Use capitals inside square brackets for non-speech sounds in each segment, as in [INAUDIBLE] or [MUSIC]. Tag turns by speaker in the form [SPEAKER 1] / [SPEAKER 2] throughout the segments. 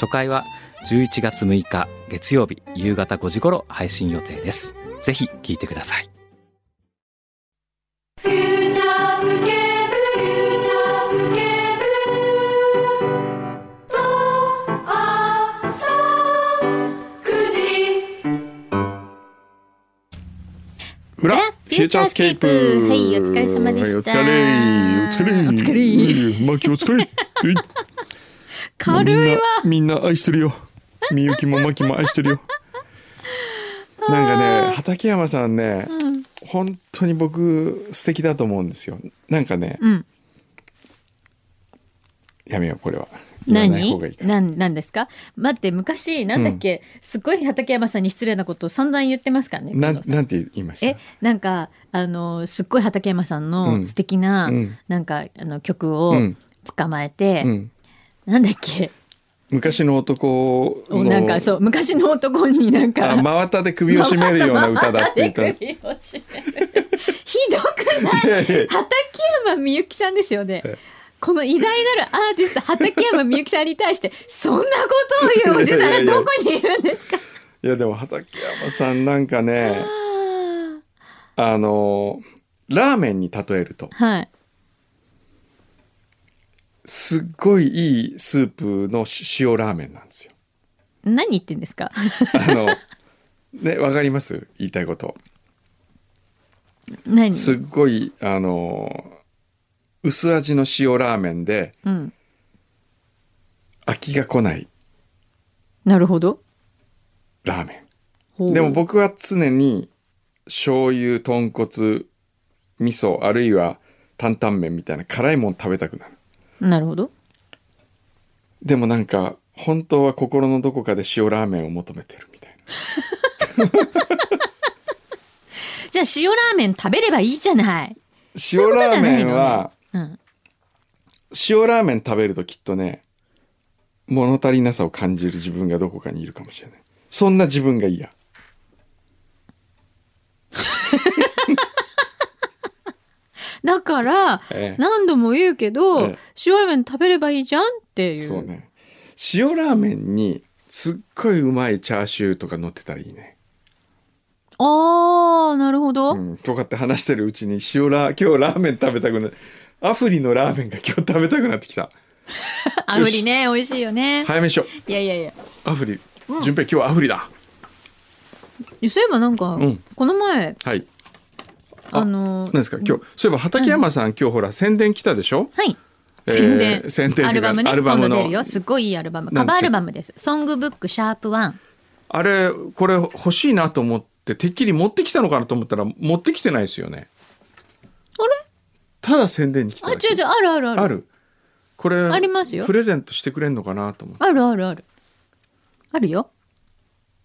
[SPEAKER 1] 初回は11月6日月曜日夕方5時頃配信予定ですぜひ聞いてください
[SPEAKER 2] フューチャースケープフューチャースケープと朝9時
[SPEAKER 3] 裏
[SPEAKER 4] 裏
[SPEAKER 3] フューチャースケープ
[SPEAKER 4] はいお疲れ様でした
[SPEAKER 3] はいお疲れお疲れ
[SPEAKER 4] お
[SPEAKER 3] マキお疲れうい
[SPEAKER 4] 軽いわ
[SPEAKER 3] みんなみんな愛してるよみゆきもマキも愛してる
[SPEAKER 4] [LAUGHS]
[SPEAKER 3] よなんかね畠山さんね、本当に僕素敵だと思うんですよなんかね、
[SPEAKER 4] うん
[SPEAKER 3] やめようこれは言わない
[SPEAKER 4] 何
[SPEAKER 3] 方がいいか
[SPEAKER 4] なんなんですか待って昔なんだっけ、すごい畠山さんに失礼なことを散々言ってますからね
[SPEAKER 3] な
[SPEAKER 4] 工
[SPEAKER 3] ん
[SPEAKER 4] 藤さん
[SPEAKER 3] なんて言いまし
[SPEAKER 4] え
[SPEAKER 3] た
[SPEAKER 4] なんかあのすっごい畠山さん
[SPEAKER 3] う
[SPEAKER 4] の
[SPEAKER 3] ん
[SPEAKER 4] 素敵な、
[SPEAKER 3] うん
[SPEAKER 4] なんかあの曲を
[SPEAKER 3] うん
[SPEAKER 4] 捕まえて、
[SPEAKER 3] うん、
[SPEAKER 4] なんだっけ
[SPEAKER 3] 昔の男の
[SPEAKER 4] おなんかそう昔の男になんか
[SPEAKER 3] あ真綿で首を絞めるような歌だって言った
[SPEAKER 4] 真綿で首を絞めるひどくない
[SPEAKER 3] いやいやいや
[SPEAKER 4] 畠山みゆきさんですよね。この偉大なるアーティスト畠山みゆきさんに対してそんなことを言うおじさん
[SPEAKER 3] いやいや
[SPEAKER 4] が
[SPEAKER 3] いや
[SPEAKER 4] どこにいるんですか。
[SPEAKER 3] いやでも畠山さんなんかねあのラーメンに例えると
[SPEAKER 4] はい。
[SPEAKER 3] すっごいいいスープのし塩ラーメンなんですよ。
[SPEAKER 4] 何言ってんですか。
[SPEAKER 3] あの [LAUGHS] ねわかります言いたいこと。
[SPEAKER 4] 何。
[SPEAKER 3] すっごいあの薄味の塩ラーメンで
[SPEAKER 4] うん。
[SPEAKER 3] 飽きが来ない
[SPEAKER 4] なるほど。
[SPEAKER 3] ラーメ
[SPEAKER 4] ほ
[SPEAKER 3] ン。
[SPEAKER 4] う
[SPEAKER 3] でも。僕は常に醤油豚骨味噌あるいは担々麺みたいな辛いもん食べたくなる。
[SPEAKER 4] なるほど。
[SPEAKER 3] でもなんか本当は心のどこかで塩ラーメンを求めてるみたいな
[SPEAKER 4] じゃあ塩ラーメン食べればいいじゃない。
[SPEAKER 3] 塩
[SPEAKER 4] そういうこと
[SPEAKER 3] ラ
[SPEAKER 4] じ
[SPEAKER 3] ー
[SPEAKER 4] ゃな
[SPEAKER 3] メ
[SPEAKER 4] いのね
[SPEAKER 3] ンは、
[SPEAKER 4] うん。
[SPEAKER 3] 塩ラーメン食べるときっとね物足りなさを感じる自分がどこかにいるかもしれないそんな自分が嫌
[SPEAKER 4] だから、
[SPEAKER 3] ええ
[SPEAKER 4] 何度も言うけど、
[SPEAKER 3] ええ
[SPEAKER 4] 塩ラーメン食べればいいじゃんっていう。
[SPEAKER 3] そうね塩ラーメンにすっごいうまいチャーシューとか乗ってたらいいね、
[SPEAKER 4] ああ、なるほど。
[SPEAKER 3] うん、とかって話してるうちに塩ラー今日 [LAUGHS] ラーメン食べたくなアフリのラーメンが今日食べたくなってきた
[SPEAKER 4] あぶりね、美味しいよね。
[SPEAKER 3] 早めにしよ
[SPEAKER 4] い、やいやいや。
[SPEAKER 3] うアフリ順平今日はアフリだ
[SPEAKER 4] そういえばなんか、
[SPEAKER 3] うん
[SPEAKER 4] この前、
[SPEAKER 3] はい
[SPEAKER 4] あのー
[SPEAKER 3] なんですか今日そういえば畠山さん、今日ほら宣伝来たでしょ
[SPEAKER 4] はい。
[SPEAKER 3] えー
[SPEAKER 4] 宣伝。
[SPEAKER 3] 宣伝というか
[SPEAKER 4] アルバムね。
[SPEAKER 3] アルバムの
[SPEAKER 4] 今度出るよ。すごいいいアルバム。カバーアルバムです。ソングブックシャープワン。
[SPEAKER 3] あれこれ欲しいなと思っててっきり持ってきたのかなと思ったら持ってきてないですよね
[SPEAKER 4] あれ
[SPEAKER 3] ただ宣伝に来た
[SPEAKER 4] あ、
[SPEAKER 3] だけ
[SPEAKER 4] 違う違う、あるあるある。
[SPEAKER 3] あるこれ
[SPEAKER 4] ありますよ
[SPEAKER 3] プレゼントしてくれんのかなと思って
[SPEAKER 4] あるあるある。あるよ。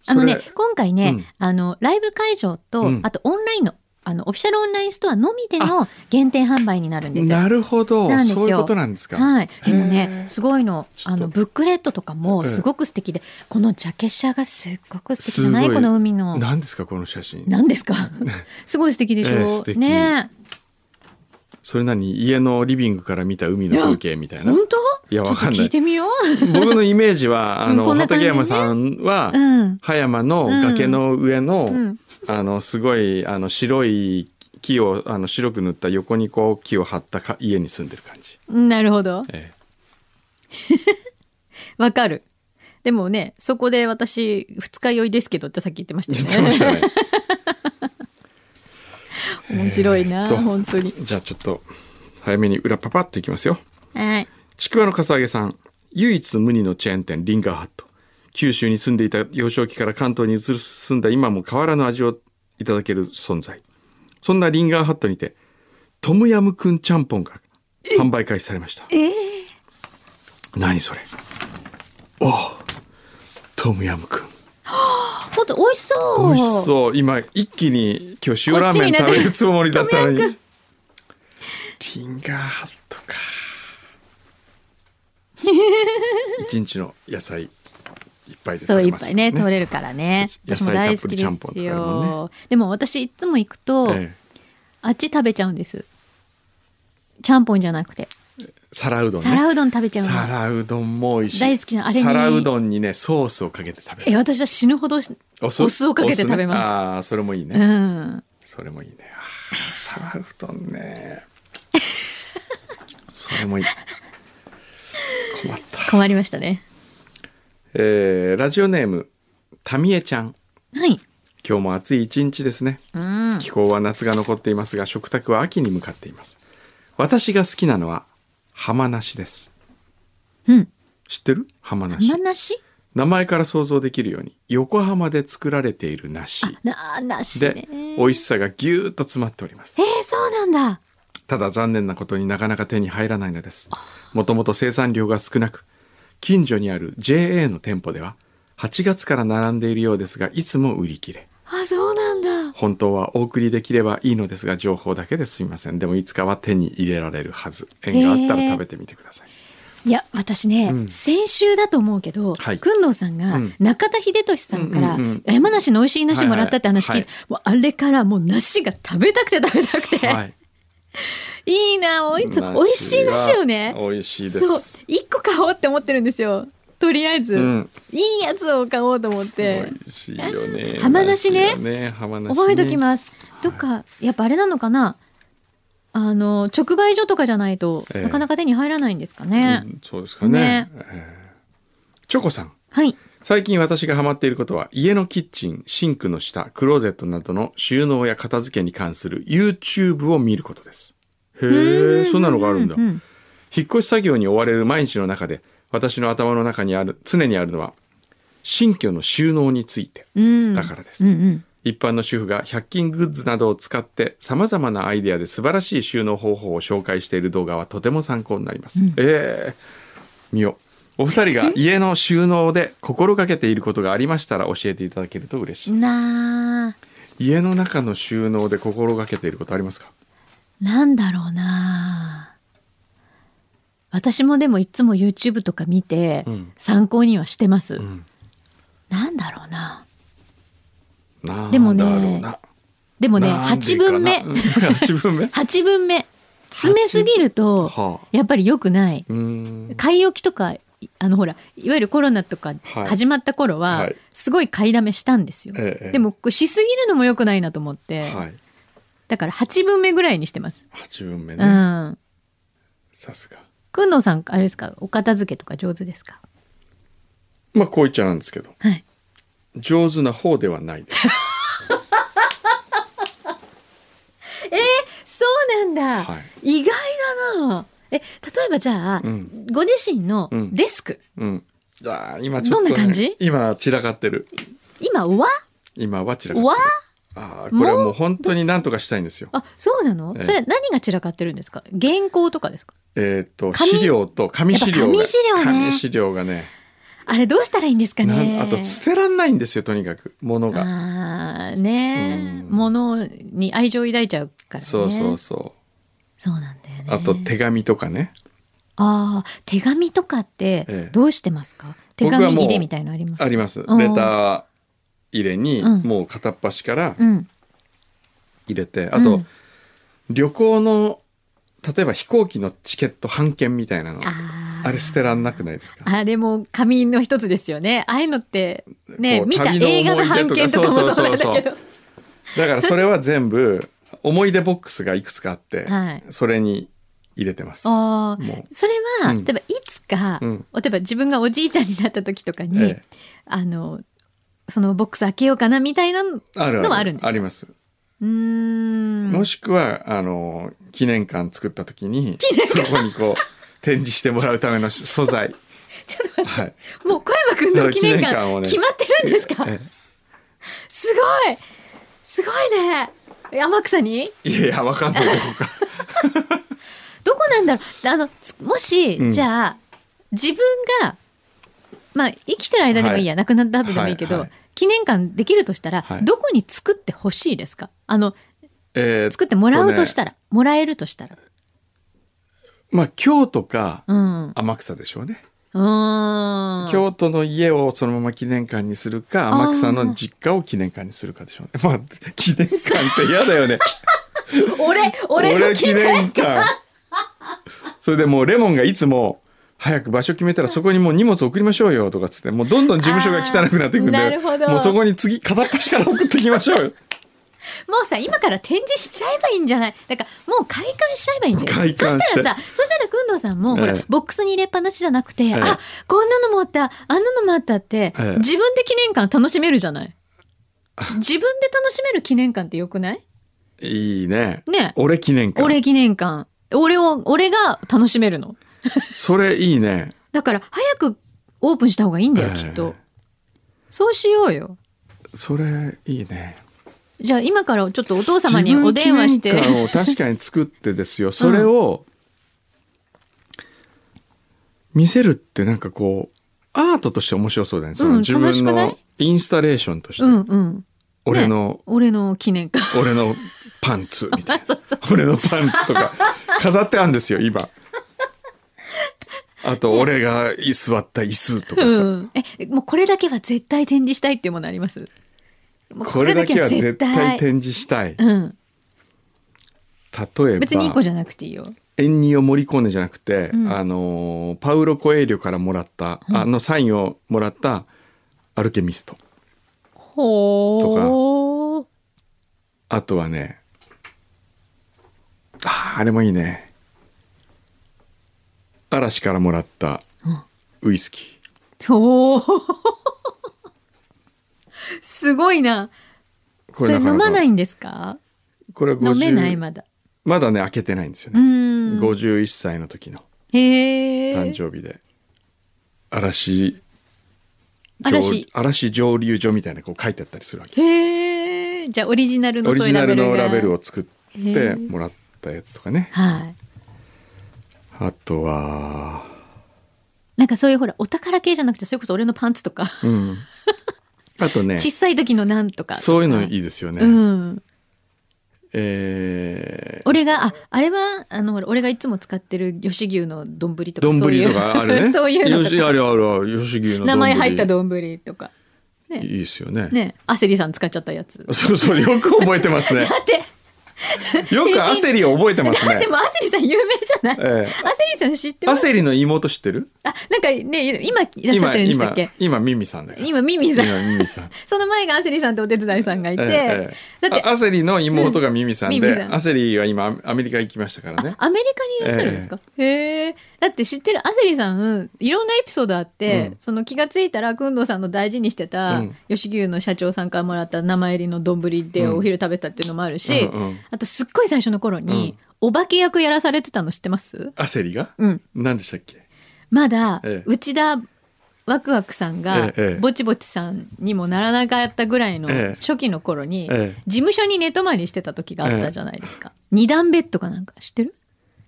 [SPEAKER 4] あのね
[SPEAKER 3] それ、
[SPEAKER 4] 今回ね、
[SPEAKER 3] うん
[SPEAKER 4] あの、ライブ会場と、
[SPEAKER 3] うん
[SPEAKER 4] あとオンラインの、あの、オフィシャルオンラインストアのみでの限定販売になるんですよ。
[SPEAKER 3] なるほど
[SPEAKER 4] なんですよ
[SPEAKER 3] そういうことなんですか、
[SPEAKER 4] はい。でも
[SPEAKER 3] へ
[SPEAKER 4] ね、
[SPEAKER 3] ー
[SPEAKER 4] すごいの、あ
[SPEAKER 3] ちょ
[SPEAKER 4] の、
[SPEAKER 3] っ
[SPEAKER 4] ブックレットとかも
[SPEAKER 3] ええ
[SPEAKER 4] すごく素敵で、このジャケ写がすっごく素敵じゃない
[SPEAKER 3] すごい
[SPEAKER 4] この海の。
[SPEAKER 3] 何ですかこの写真
[SPEAKER 4] 何ですかすごい素敵でしょ、
[SPEAKER 3] ええ素敵
[SPEAKER 4] ね
[SPEAKER 3] それ何家のリビングから見た海の風景みたい
[SPEAKER 4] え
[SPEAKER 3] な
[SPEAKER 4] 本当
[SPEAKER 3] いやわかんない
[SPEAKER 4] ちょっと聞いてみよう
[SPEAKER 3] 僕のイメージはあ
[SPEAKER 4] う
[SPEAKER 3] の、
[SPEAKER 4] んこんな
[SPEAKER 3] 畠
[SPEAKER 4] 感じね
[SPEAKER 3] 山さんは、
[SPEAKER 4] うん
[SPEAKER 3] 葉山の崖の上の、
[SPEAKER 4] ん
[SPEAKER 3] あのすごいあの白い木をあの白く塗った横にこう木を張ったか家に住んでる感じ、
[SPEAKER 4] なるほど
[SPEAKER 3] え
[SPEAKER 4] わかるでもねそこで私二日酔いですけどってさっき言ってま
[SPEAKER 3] え、言っ
[SPEAKER 4] した
[SPEAKER 3] て
[SPEAKER 4] よ
[SPEAKER 3] ました
[SPEAKER 4] [LAUGHS] ね
[SPEAKER 3] ね
[SPEAKER 4] 面白いな、
[SPEAKER 3] えーっと
[SPEAKER 4] 本当に
[SPEAKER 3] じゃあちょっと早めに裏パパっていきますよ
[SPEAKER 4] はい
[SPEAKER 3] ちくわのかさあげさん唯一無二のチェーン店リンガーハット九州に住んでいた幼少期から関東に移り住んだ今も変わらぬ味をいただける存在そんなリンガーハットにてトムヤムクンちゃんぽんが販売開始されました
[SPEAKER 4] えー、
[SPEAKER 3] 何それおうトムヤムクン
[SPEAKER 4] ほんと美味しそう
[SPEAKER 3] 美味しそう今一気に今日塩ラーメン食べるつもりだったのに
[SPEAKER 4] こっちに
[SPEAKER 3] リンガーハット
[SPEAKER 4] [LAUGHS]
[SPEAKER 3] か一日の野菜いっぱいで
[SPEAKER 4] そう
[SPEAKER 3] 取れ
[SPEAKER 4] いっ
[SPEAKER 3] ます
[SPEAKER 4] ぱ
[SPEAKER 3] か
[SPEAKER 4] い
[SPEAKER 3] ら
[SPEAKER 4] ね取れるからね
[SPEAKER 3] 野
[SPEAKER 4] 私も
[SPEAKER 3] 菜
[SPEAKER 4] 大
[SPEAKER 3] たっぷ
[SPEAKER 4] 好
[SPEAKER 3] り
[SPEAKER 4] き
[SPEAKER 3] ち
[SPEAKER 4] で
[SPEAKER 3] ゃんぽんとか
[SPEAKER 4] す
[SPEAKER 3] ある
[SPEAKER 4] よ
[SPEAKER 3] もんね
[SPEAKER 4] でも私いつも行くと、
[SPEAKER 3] ええ
[SPEAKER 4] あっち食べちゃうんですちゃんぽんじゃなくて
[SPEAKER 3] 皿うどんね
[SPEAKER 4] 皿うどん食べちゃうの
[SPEAKER 3] 皿うどんも美味しい
[SPEAKER 4] 大好きなあれに
[SPEAKER 3] 皿うどんにねソースをかけて食べる
[SPEAKER 4] え私は死ぬほどしお酢をかけて食べ
[SPEAKER 3] お酢ね
[SPEAKER 4] ま
[SPEAKER 3] ああそれもいいね、
[SPEAKER 4] す、うん
[SPEAKER 3] それもいいねあー皿うどん
[SPEAKER 4] [LAUGHS]
[SPEAKER 3] ねそれもいい困った
[SPEAKER 4] 困りましたね
[SPEAKER 3] えーラジオネームタミエちゃん
[SPEAKER 4] はい
[SPEAKER 3] 今日も暑い一日ですね
[SPEAKER 4] うん
[SPEAKER 3] 気候は夏が残っていますが食卓は秋に向かっています私が好きなのは浜梨です
[SPEAKER 4] うん
[SPEAKER 3] 知ってる浜梨
[SPEAKER 4] 山梨
[SPEAKER 3] 名前から想像できるように横浜で作られている梨
[SPEAKER 4] な梨ね
[SPEAKER 3] で美味しさがぎゅーっと詰まっております
[SPEAKER 4] えー、そうなんだ
[SPEAKER 3] ただ残念なことになかなか手に入らないのですもともと生産量が少なく近所にある JA の店舗では8月から並んでいるようですがいつも売り切れ
[SPEAKER 4] あそうなんだ
[SPEAKER 3] 本当はお送りできればいいのですが情報だけですみませんでもいつかは手に入れられるはず縁があったら食べてみてください、
[SPEAKER 4] いや私ね、
[SPEAKER 3] うん
[SPEAKER 4] 先週だと思うけど、
[SPEAKER 3] は
[SPEAKER 4] 工
[SPEAKER 3] い
[SPEAKER 4] 藤さんが
[SPEAKER 3] うん
[SPEAKER 4] 中田秀俊さんから、
[SPEAKER 3] うんうんうん
[SPEAKER 4] 山梨の美味しい梨もらったって話聞いて、
[SPEAKER 3] はい
[SPEAKER 4] もうあれからもう梨が食べたくて食べたくて、、
[SPEAKER 3] はいい
[SPEAKER 4] いなおい
[SPEAKER 3] 梨
[SPEAKER 4] つ
[SPEAKER 3] は
[SPEAKER 4] 美味しい梨をね
[SPEAKER 3] 美味しいで
[SPEAKER 4] そう
[SPEAKER 3] す
[SPEAKER 4] 一個買おうって思ってるんですよとりあえず、
[SPEAKER 3] うん
[SPEAKER 4] いいやつを買おうと思って
[SPEAKER 3] 美味しいよね
[SPEAKER 4] 浜梨ね
[SPEAKER 3] 梨よ浜梨ね
[SPEAKER 4] 覚えときます、どっかやっぱあれなのかなあの直売所とかじゃないと、
[SPEAKER 3] ええ
[SPEAKER 4] なかなか手に入らないんですかね、
[SPEAKER 3] うんそうですかね
[SPEAKER 4] ね
[SPEAKER 3] えーチョコさん
[SPEAKER 4] はい
[SPEAKER 3] 最近私がハマっていることは家のキッチンシンクの下クローゼットなどの収納や片付けに関する YouTube を見ることですへえそんなのがあるんだ、
[SPEAKER 4] ううん
[SPEAKER 3] 引っ越し作業に追われる毎日の中で私の頭の中にある常にあるのは新居の収納について
[SPEAKER 4] うん
[SPEAKER 3] だからです、
[SPEAKER 4] うんうん
[SPEAKER 3] 一般の主婦が100均グッズなどを使ってさまざまなアイデアで素晴らしい収納方法を紹介している動画はとても参考になります、ええ見ようお二人
[SPEAKER 4] [LAUGHS]
[SPEAKER 3] が家の収納で心がけていることがありましたら教えていただけると嬉しいです
[SPEAKER 4] なあ
[SPEAKER 3] 家の中の収納で心がけていることありますか
[SPEAKER 4] なんだろうな私もでもいつも YouTube とか見て、
[SPEAKER 3] うん
[SPEAKER 4] 参考にはしてます、
[SPEAKER 3] ん
[SPEAKER 4] なんだろうな
[SPEAKER 3] なん
[SPEAKER 4] でもね
[SPEAKER 3] だろうな
[SPEAKER 4] でもね
[SPEAKER 3] なんで
[SPEAKER 4] 8
[SPEAKER 3] かな
[SPEAKER 4] 分目
[SPEAKER 3] うん8分
[SPEAKER 4] [LAUGHS]
[SPEAKER 3] 目
[SPEAKER 4] 8分目詰めすぎると
[SPEAKER 3] はあ
[SPEAKER 4] やっぱり良くない、
[SPEAKER 3] うーん
[SPEAKER 4] 買い置きとかいあのほらいわゆるコロナとか
[SPEAKER 3] はい
[SPEAKER 4] 始まった頃は、
[SPEAKER 3] はい
[SPEAKER 4] すごい買いだめしたんですよ、
[SPEAKER 3] ええ
[SPEAKER 4] でもこうしすぎるのも良くないなと思って、
[SPEAKER 3] はい
[SPEAKER 4] だから8分目ぐらいにしてます、
[SPEAKER 3] 八分目
[SPEAKER 4] う
[SPEAKER 3] ね
[SPEAKER 4] ん
[SPEAKER 3] さすが
[SPEAKER 4] くんのさんあれですかお片付けとか上手ですか
[SPEAKER 3] まあこう言っちゃなんですけど
[SPEAKER 4] はい
[SPEAKER 3] 上手な方ではないです
[SPEAKER 4] そうなんだ、
[SPEAKER 3] は
[SPEAKER 4] 意外だなえ例えばじゃあ、
[SPEAKER 3] うん
[SPEAKER 4] ご自身の
[SPEAKER 3] うん
[SPEAKER 4] デスク、
[SPEAKER 3] うんじゃあ今ちょっと、ね、
[SPEAKER 4] どんな感じ
[SPEAKER 3] 今散らかってる
[SPEAKER 4] 今わ
[SPEAKER 3] 今は散らかって
[SPEAKER 4] わ
[SPEAKER 3] るああこれはもう本当に何とかしたいんですよ
[SPEAKER 4] あそうなの、
[SPEAKER 3] ええ
[SPEAKER 4] それは何が散らかってるんですか原稿とかですか
[SPEAKER 3] えーっと
[SPEAKER 4] 紙
[SPEAKER 3] 資料と紙資料が
[SPEAKER 4] やっぱ紙資料ね
[SPEAKER 3] 紙資料がね
[SPEAKER 4] あれどうしたらいいんですかね
[SPEAKER 3] なんあと捨てらんないんですよとにかくものが
[SPEAKER 4] あーねえ
[SPEAKER 3] うん
[SPEAKER 4] 物に愛情を抱いちゃうからね
[SPEAKER 3] そうそうそ
[SPEAKER 4] そうなんだよね
[SPEAKER 3] うあと手紙とかね
[SPEAKER 4] あー手紙とかっ
[SPEAKER 3] え
[SPEAKER 4] て
[SPEAKER 3] え
[SPEAKER 4] どうしてますか、手
[SPEAKER 3] 僕は
[SPEAKER 4] 紙
[SPEAKER 3] もう
[SPEAKER 4] 入れみたいのあります
[SPEAKER 3] ありますレタ
[SPEAKER 4] うん
[SPEAKER 3] ー入れに
[SPEAKER 4] うん
[SPEAKER 3] もう片っ端から
[SPEAKER 4] うん
[SPEAKER 3] 入れてあと、
[SPEAKER 4] うん
[SPEAKER 3] 旅行の例えば飛行機のチケット半券みたいなの
[SPEAKER 4] あー
[SPEAKER 3] あれ捨てらんなくないですか
[SPEAKER 4] あれも紙の一つですよねああいうのってね
[SPEAKER 3] こう
[SPEAKER 4] 見た
[SPEAKER 3] 旅の思い出とか
[SPEAKER 4] 映画の版権とかも
[SPEAKER 3] そうそう
[SPEAKER 4] そうなん
[SPEAKER 3] そ
[SPEAKER 4] だ
[SPEAKER 3] う
[SPEAKER 4] けど
[SPEAKER 3] だからそれは全部思い出ボックスがいくつかあって、
[SPEAKER 4] はい
[SPEAKER 3] それに入れてます。
[SPEAKER 4] あー
[SPEAKER 3] も
[SPEAKER 4] それは、
[SPEAKER 3] うん
[SPEAKER 4] 例えばいつか、
[SPEAKER 3] うん
[SPEAKER 4] 例えば自分がおじいちゃんになった時とかに、
[SPEAKER 3] ええ
[SPEAKER 4] あのそのボックス開けようかなみたいなの
[SPEAKER 3] うあるあ
[SPEAKER 4] の
[SPEAKER 3] る
[SPEAKER 4] はあるんですか
[SPEAKER 3] ります。
[SPEAKER 4] うーん
[SPEAKER 3] もしくはあの記念館作った時にそこに
[SPEAKER 4] [LAUGHS]
[SPEAKER 3] こう展示してもらうための素材。
[SPEAKER 4] ちょっと待って、
[SPEAKER 3] はい。
[SPEAKER 4] もう小山くんの記念
[SPEAKER 3] 記念館を [LAUGHS]
[SPEAKER 4] 館
[SPEAKER 3] ね
[SPEAKER 4] 決まってるんですか、
[SPEAKER 3] [LAUGHS] ええ
[SPEAKER 4] すごいすごいねえ天草に
[SPEAKER 3] いやいやわかんないどこ
[SPEAKER 4] [LAUGHS]
[SPEAKER 3] か。
[SPEAKER 4] どこなんだろうあのすもし、
[SPEAKER 3] ん
[SPEAKER 4] じゃあ自分がまあ生きてる間でもいいや、
[SPEAKER 3] はい
[SPEAKER 4] 亡くなった後でもいいけど、
[SPEAKER 3] はいはい
[SPEAKER 4] 記念館できるとしたら、
[SPEAKER 3] はい
[SPEAKER 4] どこに作ってほしいですかあの
[SPEAKER 3] えー
[SPEAKER 4] 作ってもらうとしたら、もらえるとしたら
[SPEAKER 3] まあ京都か
[SPEAKER 4] うん
[SPEAKER 3] 天草でしょうね、
[SPEAKER 4] うん
[SPEAKER 3] 京都の家をそのまま記念館にするか天草の実家を記念館にするかでしょうね
[SPEAKER 4] [LAUGHS]
[SPEAKER 3] まあ記念館って嫌だよね
[SPEAKER 4] 俺俺の記念
[SPEAKER 3] 館それでもうレモンがいつも早く場所決めたらそこにもう荷物送りましょうよとかっつってもうどんどん事務所が汚くなっていくん
[SPEAKER 4] あーなる
[SPEAKER 3] で
[SPEAKER 4] ほど
[SPEAKER 3] もうそこに次片っ端から送っていきましょうよ
[SPEAKER 4] もうさ今から展示しちゃえばいいんじゃないだからもう開館しちゃえばいいんだよ
[SPEAKER 3] 開館して
[SPEAKER 4] そしたらさそしたら工藤さんも、ほら
[SPEAKER 3] ええ
[SPEAKER 4] ボックスに入れっぱなしじゃなくて、
[SPEAKER 3] え
[SPEAKER 4] あこんなのもあったあんなのもあったって、
[SPEAKER 3] ええ
[SPEAKER 4] 自分で記念館楽しめるじゃない自分で楽しめる記念館ってよくない
[SPEAKER 3] いいね
[SPEAKER 4] ね
[SPEAKER 3] 俺記念館
[SPEAKER 4] 俺記念館俺を俺が楽しめるの
[SPEAKER 3] それいいね
[SPEAKER 4] だから早くオープンした方がいいんだよ、
[SPEAKER 3] ええ
[SPEAKER 4] きっとそうしようよ
[SPEAKER 3] それいいね
[SPEAKER 4] じゃあ今からちょっとお父様にお電話して
[SPEAKER 3] 自分記念館を確かに作ってですよそれを見せるってなんかこうアートとして面白そうだよね、その
[SPEAKER 4] うん
[SPEAKER 3] 自
[SPEAKER 4] 楽し
[SPEAKER 3] 分
[SPEAKER 4] くない
[SPEAKER 3] のインスタレーションとして、
[SPEAKER 4] うんうん
[SPEAKER 3] 俺
[SPEAKER 4] ね
[SPEAKER 3] の、
[SPEAKER 4] 俺の記念館
[SPEAKER 3] 俺のパンツみた
[SPEAKER 4] [LAUGHS]
[SPEAKER 3] いな俺のパンツとか飾ってあるんですよ今あと俺が座った椅子とかさ、
[SPEAKER 4] うん、えもうこれだけは絶対展示したいっていうものありますもう
[SPEAKER 3] これだけは絶対展示したい、
[SPEAKER 4] うん
[SPEAKER 3] 例えば
[SPEAKER 4] 別に一個じゃなくていいよ
[SPEAKER 3] エンニオ・モリコーネじゃなくて、
[SPEAKER 4] ん
[SPEAKER 3] あのーパウロ・コエーリョからもらった、あのサインをもらったアルケミスト
[SPEAKER 4] ほー
[SPEAKER 3] あとはねあーあれもいいね嵐からもらったウイスキー、
[SPEAKER 4] ほーすごいなそれ飲まないんですか
[SPEAKER 3] これは50
[SPEAKER 4] 飲めないまだ
[SPEAKER 3] まだね開けてないんですよ
[SPEAKER 4] う
[SPEAKER 3] ね、
[SPEAKER 4] ん
[SPEAKER 3] 51歳の時の
[SPEAKER 4] へえ
[SPEAKER 3] 誕生日で嵐上
[SPEAKER 4] 嵐
[SPEAKER 3] 嵐蒸留所みたいなこう書いてあったりするわけ
[SPEAKER 4] へえじゃあオリジナルの
[SPEAKER 3] オリ
[SPEAKER 4] そういう
[SPEAKER 3] ジナ
[SPEAKER 4] ラベ
[SPEAKER 3] ル
[SPEAKER 4] ルが
[SPEAKER 3] のラベルを作っ
[SPEAKER 4] へ
[SPEAKER 3] て
[SPEAKER 4] ー
[SPEAKER 3] もらったやつとかね
[SPEAKER 4] はい
[SPEAKER 3] あとは
[SPEAKER 4] なんかそういうほらお宝系じゃなくてそれこそ俺のパンツとか、
[SPEAKER 3] うんあとね
[SPEAKER 4] 小さい時のなんとかとか
[SPEAKER 3] そういうのいいですよね、
[SPEAKER 4] うん
[SPEAKER 3] えー
[SPEAKER 4] 俺がああれはあのほら俺がいつも使ってる吉牛の丼とか
[SPEAKER 3] 丼
[SPEAKER 4] そういう
[SPEAKER 3] とかあるね
[SPEAKER 4] [LAUGHS] そういうの
[SPEAKER 3] よ
[SPEAKER 4] と
[SPEAKER 3] しあ
[SPEAKER 4] か
[SPEAKER 3] るあるある吉牛の
[SPEAKER 4] 名前入った
[SPEAKER 3] ど
[SPEAKER 4] 丼とか
[SPEAKER 3] いいですよね
[SPEAKER 4] ねアセリさん使っちゃったやつだ
[SPEAKER 3] そうそうよく覚えてますね
[SPEAKER 4] [LAUGHS] って
[SPEAKER 3] よくアセリを覚えてます
[SPEAKER 4] だっ
[SPEAKER 3] ね
[SPEAKER 4] てもうアセリさん有名じゃない、
[SPEAKER 3] ええ
[SPEAKER 4] アセリさん知ってま
[SPEAKER 3] ア
[SPEAKER 4] す
[SPEAKER 3] セリの妹知ってる
[SPEAKER 4] あなんかね今いらっしゃっ
[SPEAKER 3] 今
[SPEAKER 4] てるんでした
[SPEAKER 3] 今
[SPEAKER 4] っけ
[SPEAKER 3] 今ミミさんだから
[SPEAKER 4] 今ミミさん
[SPEAKER 3] 今ミミ
[SPEAKER 4] [LAUGHS]
[SPEAKER 3] さん
[SPEAKER 4] その前がアセリさんとお手伝いさんがいて、
[SPEAKER 3] ええ
[SPEAKER 4] だって
[SPEAKER 3] あアセリの妹がミミさん
[SPEAKER 4] うんミミ
[SPEAKER 3] で、
[SPEAKER 4] さん
[SPEAKER 3] アセリは今アメリカ行きましたからね
[SPEAKER 4] あアメリカにいらっしゃるんですか、へえだって知ってるアセリさんいろんなエピソードあって、
[SPEAKER 3] うん
[SPEAKER 4] その気がついたら工藤さんの大事にしてた、
[SPEAKER 3] うん
[SPEAKER 4] 吉牛の社長さんからもらった生入りの丼でお昼食べたっていうのもあるし、
[SPEAKER 3] うんうん
[SPEAKER 4] あとすっごい最初の頃に、お化け役やらされてたの知ってます
[SPEAKER 3] アセリが
[SPEAKER 4] うん
[SPEAKER 3] 何でしたっけ [LAUGHS]
[SPEAKER 4] まだ、
[SPEAKER 3] ええ
[SPEAKER 4] 内田ワクワクさんが
[SPEAKER 3] え、え
[SPEAKER 4] ぼちぼちさんにもならなかったぐらいの
[SPEAKER 3] ええ
[SPEAKER 4] 初期の頃に、
[SPEAKER 3] ええ
[SPEAKER 4] 事務所に寝泊まりしてた時があったじゃないですか、二段ベッドかなんか知ってる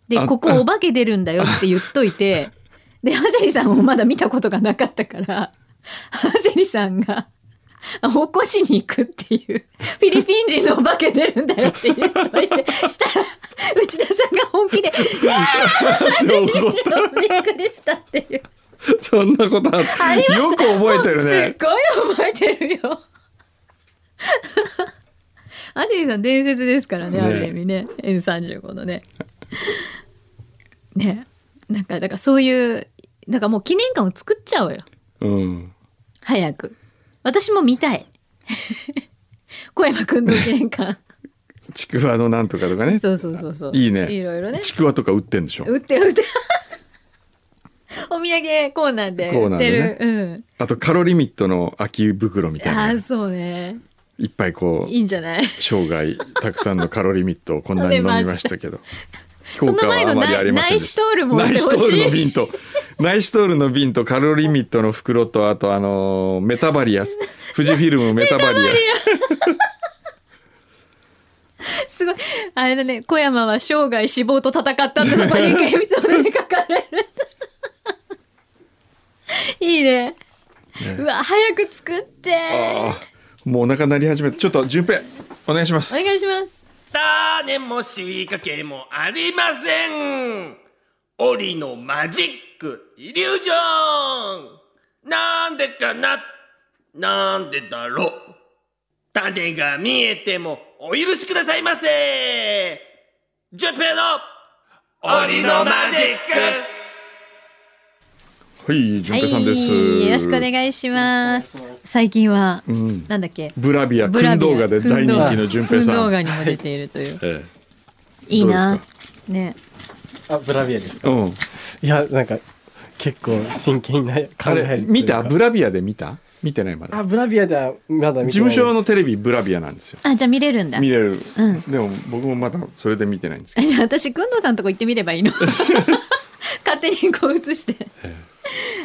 [SPEAKER 4] で
[SPEAKER 3] あ
[SPEAKER 4] ここお化け出るんだよ
[SPEAKER 3] [LAUGHS]
[SPEAKER 4] って言っといてでハセリさんもまだ見たことがなかったからハセリさんが起こしに行くっていうフィリピン人のお化け出るんだよって言っといてしたら内田さんが
[SPEAKER 3] [LAUGHS]
[SPEAKER 4] 本気で「うわ
[SPEAKER 3] 怒っ
[SPEAKER 4] びっくりした」っていう。
[SPEAKER 3] たそんなことあったよく覚えてるね
[SPEAKER 4] すっごい覚えてるよ。 [LAUGHS] アディさん伝説ですからね
[SPEAKER 3] ね
[SPEAKER 4] ある意味ね N35 のね。ねなんかだからそういうだからもう記念館を作っちゃおうよ
[SPEAKER 3] うん
[SPEAKER 4] 早く。私も見たい。 [LAUGHS] 小山君の記念
[SPEAKER 3] [LAUGHS]
[SPEAKER 4] 館。
[SPEAKER 3] ちくわのなんとかとかね
[SPEAKER 4] そうそうそうそう。
[SPEAKER 3] いいね
[SPEAKER 4] いろいろね。
[SPEAKER 3] ちくわとか売ってんでしょ
[SPEAKER 4] 売って売って。 [LAUGHS] お土産コーナーで
[SPEAKER 3] コー
[SPEAKER 4] 売
[SPEAKER 3] ナ
[SPEAKER 4] っ
[SPEAKER 3] ー
[SPEAKER 4] て
[SPEAKER 3] で
[SPEAKER 4] る
[SPEAKER 3] ね。あとカロリミットの空き袋み
[SPEAKER 4] うん。
[SPEAKER 3] たい
[SPEAKER 4] あ
[SPEAKER 3] な
[SPEAKER 4] あ
[SPEAKER 3] ね
[SPEAKER 4] そうね。
[SPEAKER 3] いっぱいこ
[SPEAKER 4] いういんじゃない。
[SPEAKER 3] 生涯たくさんのカロリミットをこんなに飲みましたけど
[SPEAKER 4] その前の
[SPEAKER 3] 効果はあまりありませんで
[SPEAKER 4] ナイナイ
[SPEAKER 3] し
[SPEAKER 4] シ
[SPEAKER 3] た
[SPEAKER 4] トールも売っ
[SPEAKER 3] ナイ
[SPEAKER 4] て
[SPEAKER 3] シ
[SPEAKER 4] ほ
[SPEAKER 3] ト
[SPEAKER 4] し
[SPEAKER 3] ー
[SPEAKER 4] い
[SPEAKER 3] ルの瓶とナイシトールの瓶とカロリミットの袋とあとあのメタバリア富士フィルムメタバリア
[SPEAKER 4] すごい。あれだね、小山は生涯死亡と戦ったってそ [LAUGHS] こにエピソードに書かれる。いいね。うわ早く作って
[SPEAKER 3] あーもうお腹鳴り始めたちょっと順平お願いします
[SPEAKER 4] お願いします
[SPEAKER 5] 種も仕掛けもありません檻のマジックイリュージョンなんでかななんでだろう種が見えてもお許しくださいませジュンペイの檻のマジック
[SPEAKER 3] はい順平さんです、
[SPEAKER 4] はい、よろしくお願いします。最近は、なんだっけ、
[SPEAKER 3] ブラビア
[SPEAKER 4] ブラ
[SPEAKER 3] 訓
[SPEAKER 4] ビア
[SPEAKER 3] 動画で大人気の順平
[SPEAKER 4] 訓
[SPEAKER 3] さ
[SPEAKER 4] 動
[SPEAKER 3] ん、
[SPEAKER 4] 画にも出ているという。
[SPEAKER 3] え
[SPEAKER 4] いい
[SPEAKER 3] どう
[SPEAKER 4] な
[SPEAKER 3] で。
[SPEAKER 4] ね、
[SPEAKER 6] あブラビアです
[SPEAKER 3] えうん、
[SPEAKER 6] いやなんか結構真剣にな考
[SPEAKER 3] あ
[SPEAKER 6] えるというか
[SPEAKER 3] れ見たブラビアで見た見てないまだ
[SPEAKER 6] あブラビアでは
[SPEAKER 3] 事
[SPEAKER 6] まだ見てない
[SPEAKER 3] 務所のテレビブラビアなんですよ
[SPEAKER 4] あ、じゃあ見れるんだ。
[SPEAKER 3] 見れる、
[SPEAKER 4] うん
[SPEAKER 3] でも僕もまだそれで見てないんですけ
[SPEAKER 4] あ [LAUGHS] じゃあ私、くんどうさんとこ行ってみれば
[SPEAKER 3] [LAUGHS]
[SPEAKER 4] いいの。勝手にこう映して。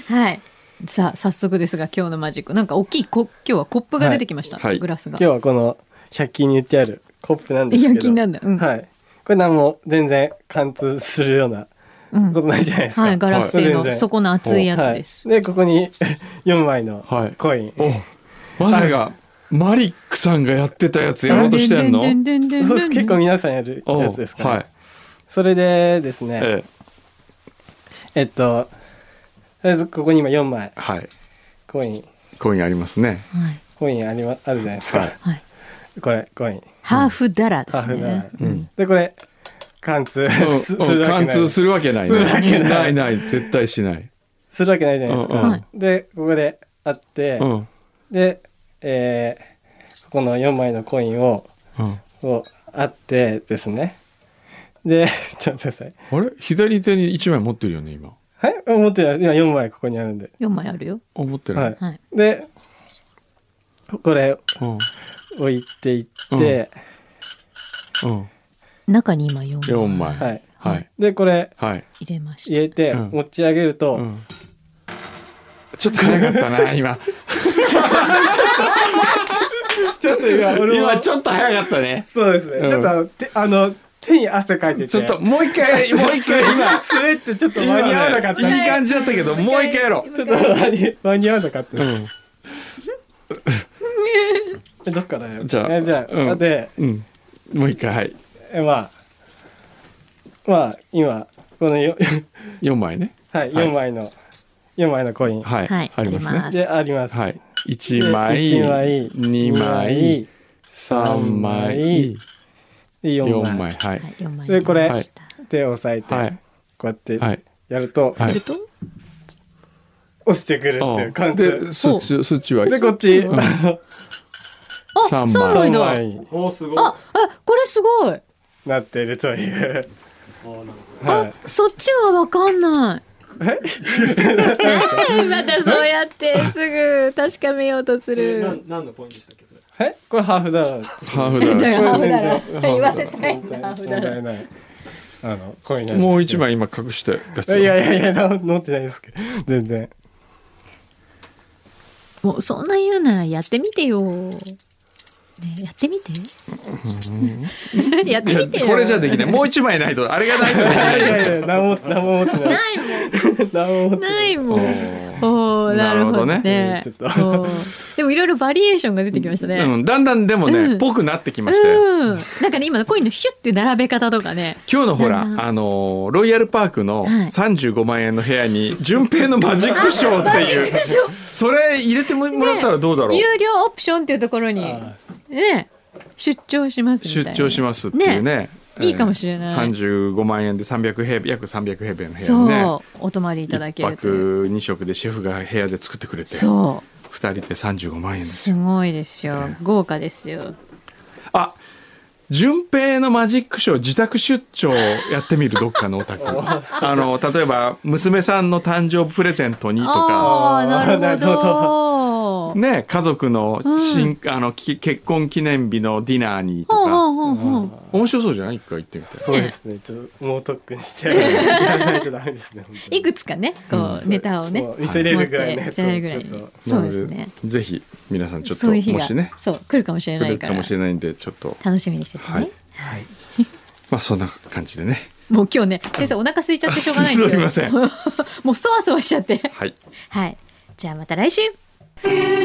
[SPEAKER 4] はい。さあ、早速ですが、今日のマジック、なんか大きいこ、今日はコップが出てきました。
[SPEAKER 3] はいはい
[SPEAKER 4] グラスが。
[SPEAKER 6] 今日はこの100均に売ってあるコップなんですけど
[SPEAKER 4] 100均なんだうん
[SPEAKER 6] はいこれ何も全然貫通するような
[SPEAKER 4] うん
[SPEAKER 6] ことないじゃないですか、
[SPEAKER 4] はい、ガラス製の、底の厚いやつです。
[SPEAKER 6] はい、でここに [LAUGHS] 4枚の
[SPEAKER 3] はい
[SPEAKER 6] コイン、
[SPEAKER 3] ど、おまさかマリックさんがやってたやつやろうとしてんの
[SPEAKER 4] でんでんでんでんでん
[SPEAKER 6] そう
[SPEAKER 4] でん
[SPEAKER 6] です結構皆さんやる
[SPEAKER 3] お
[SPEAKER 6] やつですか、ね
[SPEAKER 3] はい、
[SPEAKER 6] それでですねえ
[SPEAKER 3] え
[SPEAKER 6] っととりあえずここに今4枚
[SPEAKER 3] えはい
[SPEAKER 6] コイン
[SPEAKER 3] コインありますね
[SPEAKER 4] はい。
[SPEAKER 6] コインあり、ま、あるじゃないですか、
[SPEAKER 3] はい
[SPEAKER 4] はい。
[SPEAKER 6] これコイン
[SPEAKER 4] ハーフダラで
[SPEAKER 6] ハー
[SPEAKER 4] す
[SPEAKER 6] フ
[SPEAKER 4] ね。
[SPEAKER 6] な、でこれ貫通す
[SPEAKER 3] うんうん
[SPEAKER 6] るわけない
[SPEAKER 3] 貫通するわけない
[SPEAKER 6] するわけ
[SPEAKER 3] ね
[SPEAKER 6] な
[SPEAKER 3] ないいない絶対しない
[SPEAKER 6] するわけないじゃないですか、
[SPEAKER 3] うん
[SPEAKER 4] うん
[SPEAKER 6] でここであって、
[SPEAKER 3] うんうん
[SPEAKER 6] で、えーここの4枚のコインをこうあってですねで [LAUGHS] ちょっと待ってください
[SPEAKER 3] あれ左手に1枚持ってるよね今
[SPEAKER 6] はい持ってる今4枚ここにあるんで
[SPEAKER 4] 4枚あるよ。
[SPEAKER 3] あ持ってる、
[SPEAKER 6] はい、
[SPEAKER 4] はい。
[SPEAKER 6] でこれ
[SPEAKER 3] うん
[SPEAKER 6] 置いていって、
[SPEAKER 3] うん
[SPEAKER 4] 中に今4枚。
[SPEAKER 3] 4枚
[SPEAKER 6] はい
[SPEAKER 3] はい
[SPEAKER 6] でこれ
[SPEAKER 3] はい、
[SPEAKER 4] 入れました。
[SPEAKER 6] 入れて
[SPEAKER 3] うん
[SPEAKER 6] 持ち上げると、
[SPEAKER 3] うん、ちょっと早かったな今
[SPEAKER 6] ちょっと今俺も
[SPEAKER 3] 今ちょっと早かったね
[SPEAKER 6] そうですね、
[SPEAKER 3] うん
[SPEAKER 6] ちょっとあの手あの手に汗かいてて
[SPEAKER 3] ちょっともう一 [LAUGHS] 回もう一回今
[SPEAKER 6] 滑ってちょっと間に合わなかった、
[SPEAKER 3] いい感じだったけどもう一回やろう
[SPEAKER 6] ちょっと間に間に合わなかった、
[SPEAKER 3] う
[SPEAKER 6] えどっからやる
[SPEAKER 3] じゃあ
[SPEAKER 6] えじゃあ、
[SPEAKER 3] うん
[SPEAKER 6] で
[SPEAKER 3] ん、うん、もう一回はい
[SPEAKER 6] えまあまあ今このよ
[SPEAKER 3] 4枚ね
[SPEAKER 6] はい
[SPEAKER 3] はい
[SPEAKER 6] 4枚の、四枚のコイン
[SPEAKER 3] はい、
[SPEAKER 4] はい
[SPEAKER 3] あります
[SPEAKER 4] ありま
[SPEAKER 3] ね
[SPEAKER 6] であります、
[SPEAKER 3] はい
[SPEAKER 6] で
[SPEAKER 3] 1枚
[SPEAKER 6] 一枚
[SPEAKER 3] 2枚3枚
[SPEAKER 6] で4
[SPEAKER 3] 4
[SPEAKER 6] 枚
[SPEAKER 3] 枚はい
[SPEAKER 4] はい、4枚入
[SPEAKER 6] でこれ、
[SPEAKER 4] れました。
[SPEAKER 6] 手を押さえて、
[SPEAKER 3] はい
[SPEAKER 6] こうやって
[SPEAKER 3] はい
[SPEAKER 6] やると、
[SPEAKER 3] はい
[SPEAKER 4] すると、
[SPEAKER 6] 押してくるっていう
[SPEAKER 3] うん
[SPEAKER 6] 感じで
[SPEAKER 3] でそっちそっちは
[SPEAKER 6] こっち、
[SPEAKER 4] うん
[SPEAKER 6] あの
[SPEAKER 4] あ、
[SPEAKER 3] 三枚
[SPEAKER 4] 三枚
[SPEAKER 6] 三
[SPEAKER 4] だ。
[SPEAKER 6] 枚に
[SPEAKER 4] あ、あ、これすごい。
[SPEAKER 6] なっているという。は
[SPEAKER 4] あ、そっちはわかんない。 [LAUGHS] えまたそうやってすぐ確かめようとする。
[SPEAKER 6] い、えこれハーフダウン
[SPEAKER 3] ハーフだ
[SPEAKER 4] だ
[SPEAKER 6] [LAUGHS]
[SPEAKER 3] ね
[SPEAKER 4] からハーフダラ。
[SPEAKER 6] ハ
[SPEAKER 4] 言わせたいんだ、ハーフダ
[SPEAKER 6] 問
[SPEAKER 4] ラ。
[SPEAKER 6] 題ないあのコインなんですけど
[SPEAKER 3] もう1枚今隠したやつ
[SPEAKER 6] いやいやいやな乗ってないですけど全然
[SPEAKER 4] もうそんな言うならやってみてよ。ね、やってみて。 [LAUGHS] やってみてよ。
[SPEAKER 3] これじゃできないもう1枚ないとあれがないとでき
[SPEAKER 6] い
[SPEAKER 3] ない
[SPEAKER 6] やい
[SPEAKER 3] です
[SPEAKER 6] やいや何も何も持ってない
[SPEAKER 4] ないもん。
[SPEAKER 6] 何も持ってない
[SPEAKER 4] ないもん。おーなるほどね。
[SPEAKER 6] なるほどね
[SPEAKER 4] おーでもいろいろバリエーションが出てきましたね。うん。
[SPEAKER 3] うんだんだんでも
[SPEAKER 4] う
[SPEAKER 3] ね
[SPEAKER 4] ん
[SPEAKER 3] ぽくなってきましたよ
[SPEAKER 4] なんかね、今のコインのヒュッて並べ方とかね。
[SPEAKER 3] 今日のほら
[SPEAKER 4] だんだ
[SPEAKER 3] あのーロイヤルパークの
[SPEAKER 4] はい
[SPEAKER 3] 35万円の部屋に順平のマジックショーって
[SPEAKER 4] [LAUGHS]
[SPEAKER 3] いうそれ入れてもらったらどうだろう
[SPEAKER 4] 有料オプションっていうところに、ね、出張しますみ
[SPEAKER 3] 出
[SPEAKER 4] たいな。
[SPEAKER 3] 張しますっていうね
[SPEAKER 4] いいかもしれない
[SPEAKER 3] 三十五万円で三百平米約三百平米の部
[SPEAKER 4] そう、
[SPEAKER 3] 屋
[SPEAKER 4] お泊まりいた
[SPEAKER 3] にね
[SPEAKER 4] だ
[SPEAKER 3] 一
[SPEAKER 4] けるとい
[SPEAKER 3] 泊
[SPEAKER 4] う。
[SPEAKER 3] 二食でシェフが部屋で作ってくれて二
[SPEAKER 4] そ
[SPEAKER 3] 人で三十五万円で
[SPEAKER 4] う。
[SPEAKER 3] す
[SPEAKER 4] すごいですよ。豪華ですよ。
[SPEAKER 3] あ順平のマジックショー自宅出張やってみるどっかのお宅あの例えば娘さんの誕生日プレゼントにとか
[SPEAKER 4] ああ、
[SPEAKER 3] [LAUGHS]
[SPEAKER 4] なるほど。
[SPEAKER 6] なるほ
[SPEAKER 3] ね家族の新、あのき結婚記念日のディナーにと
[SPEAKER 4] ほう
[SPEAKER 3] か
[SPEAKER 4] ほうほうほう。
[SPEAKER 3] 面白そうじゃない一回行ってみたい
[SPEAKER 6] そうですねちょっと猛特訓してやらないとダメですね本当に
[SPEAKER 4] いくつかね、こう、ネタをね。
[SPEAKER 6] そう見せれるぐらいのやつを
[SPEAKER 4] 持って見せれる
[SPEAKER 6] ち
[SPEAKER 4] ぐらい
[SPEAKER 6] ょっ
[SPEAKER 4] にそうですね
[SPEAKER 3] なのでぜひ皆さんちょっと
[SPEAKER 4] そういう日
[SPEAKER 3] も
[SPEAKER 4] が、
[SPEAKER 3] しね
[SPEAKER 4] そう来るかもしれな
[SPEAKER 3] 来
[SPEAKER 4] い
[SPEAKER 3] る
[SPEAKER 4] か
[SPEAKER 3] からもしれないんでちょっと
[SPEAKER 4] 楽しみにしててね、
[SPEAKER 3] はいまあそんな感じでね
[SPEAKER 4] もう今日ね先生お腹空いちゃ
[SPEAKER 3] [LAUGHS]
[SPEAKER 4] [LAUGHS] ってしょうがないんですよ
[SPEAKER 3] すいません
[SPEAKER 4] もうそわそわしちゃって
[SPEAKER 3] はい
[SPEAKER 4] はいじゃあまた来週
[SPEAKER 2] ュー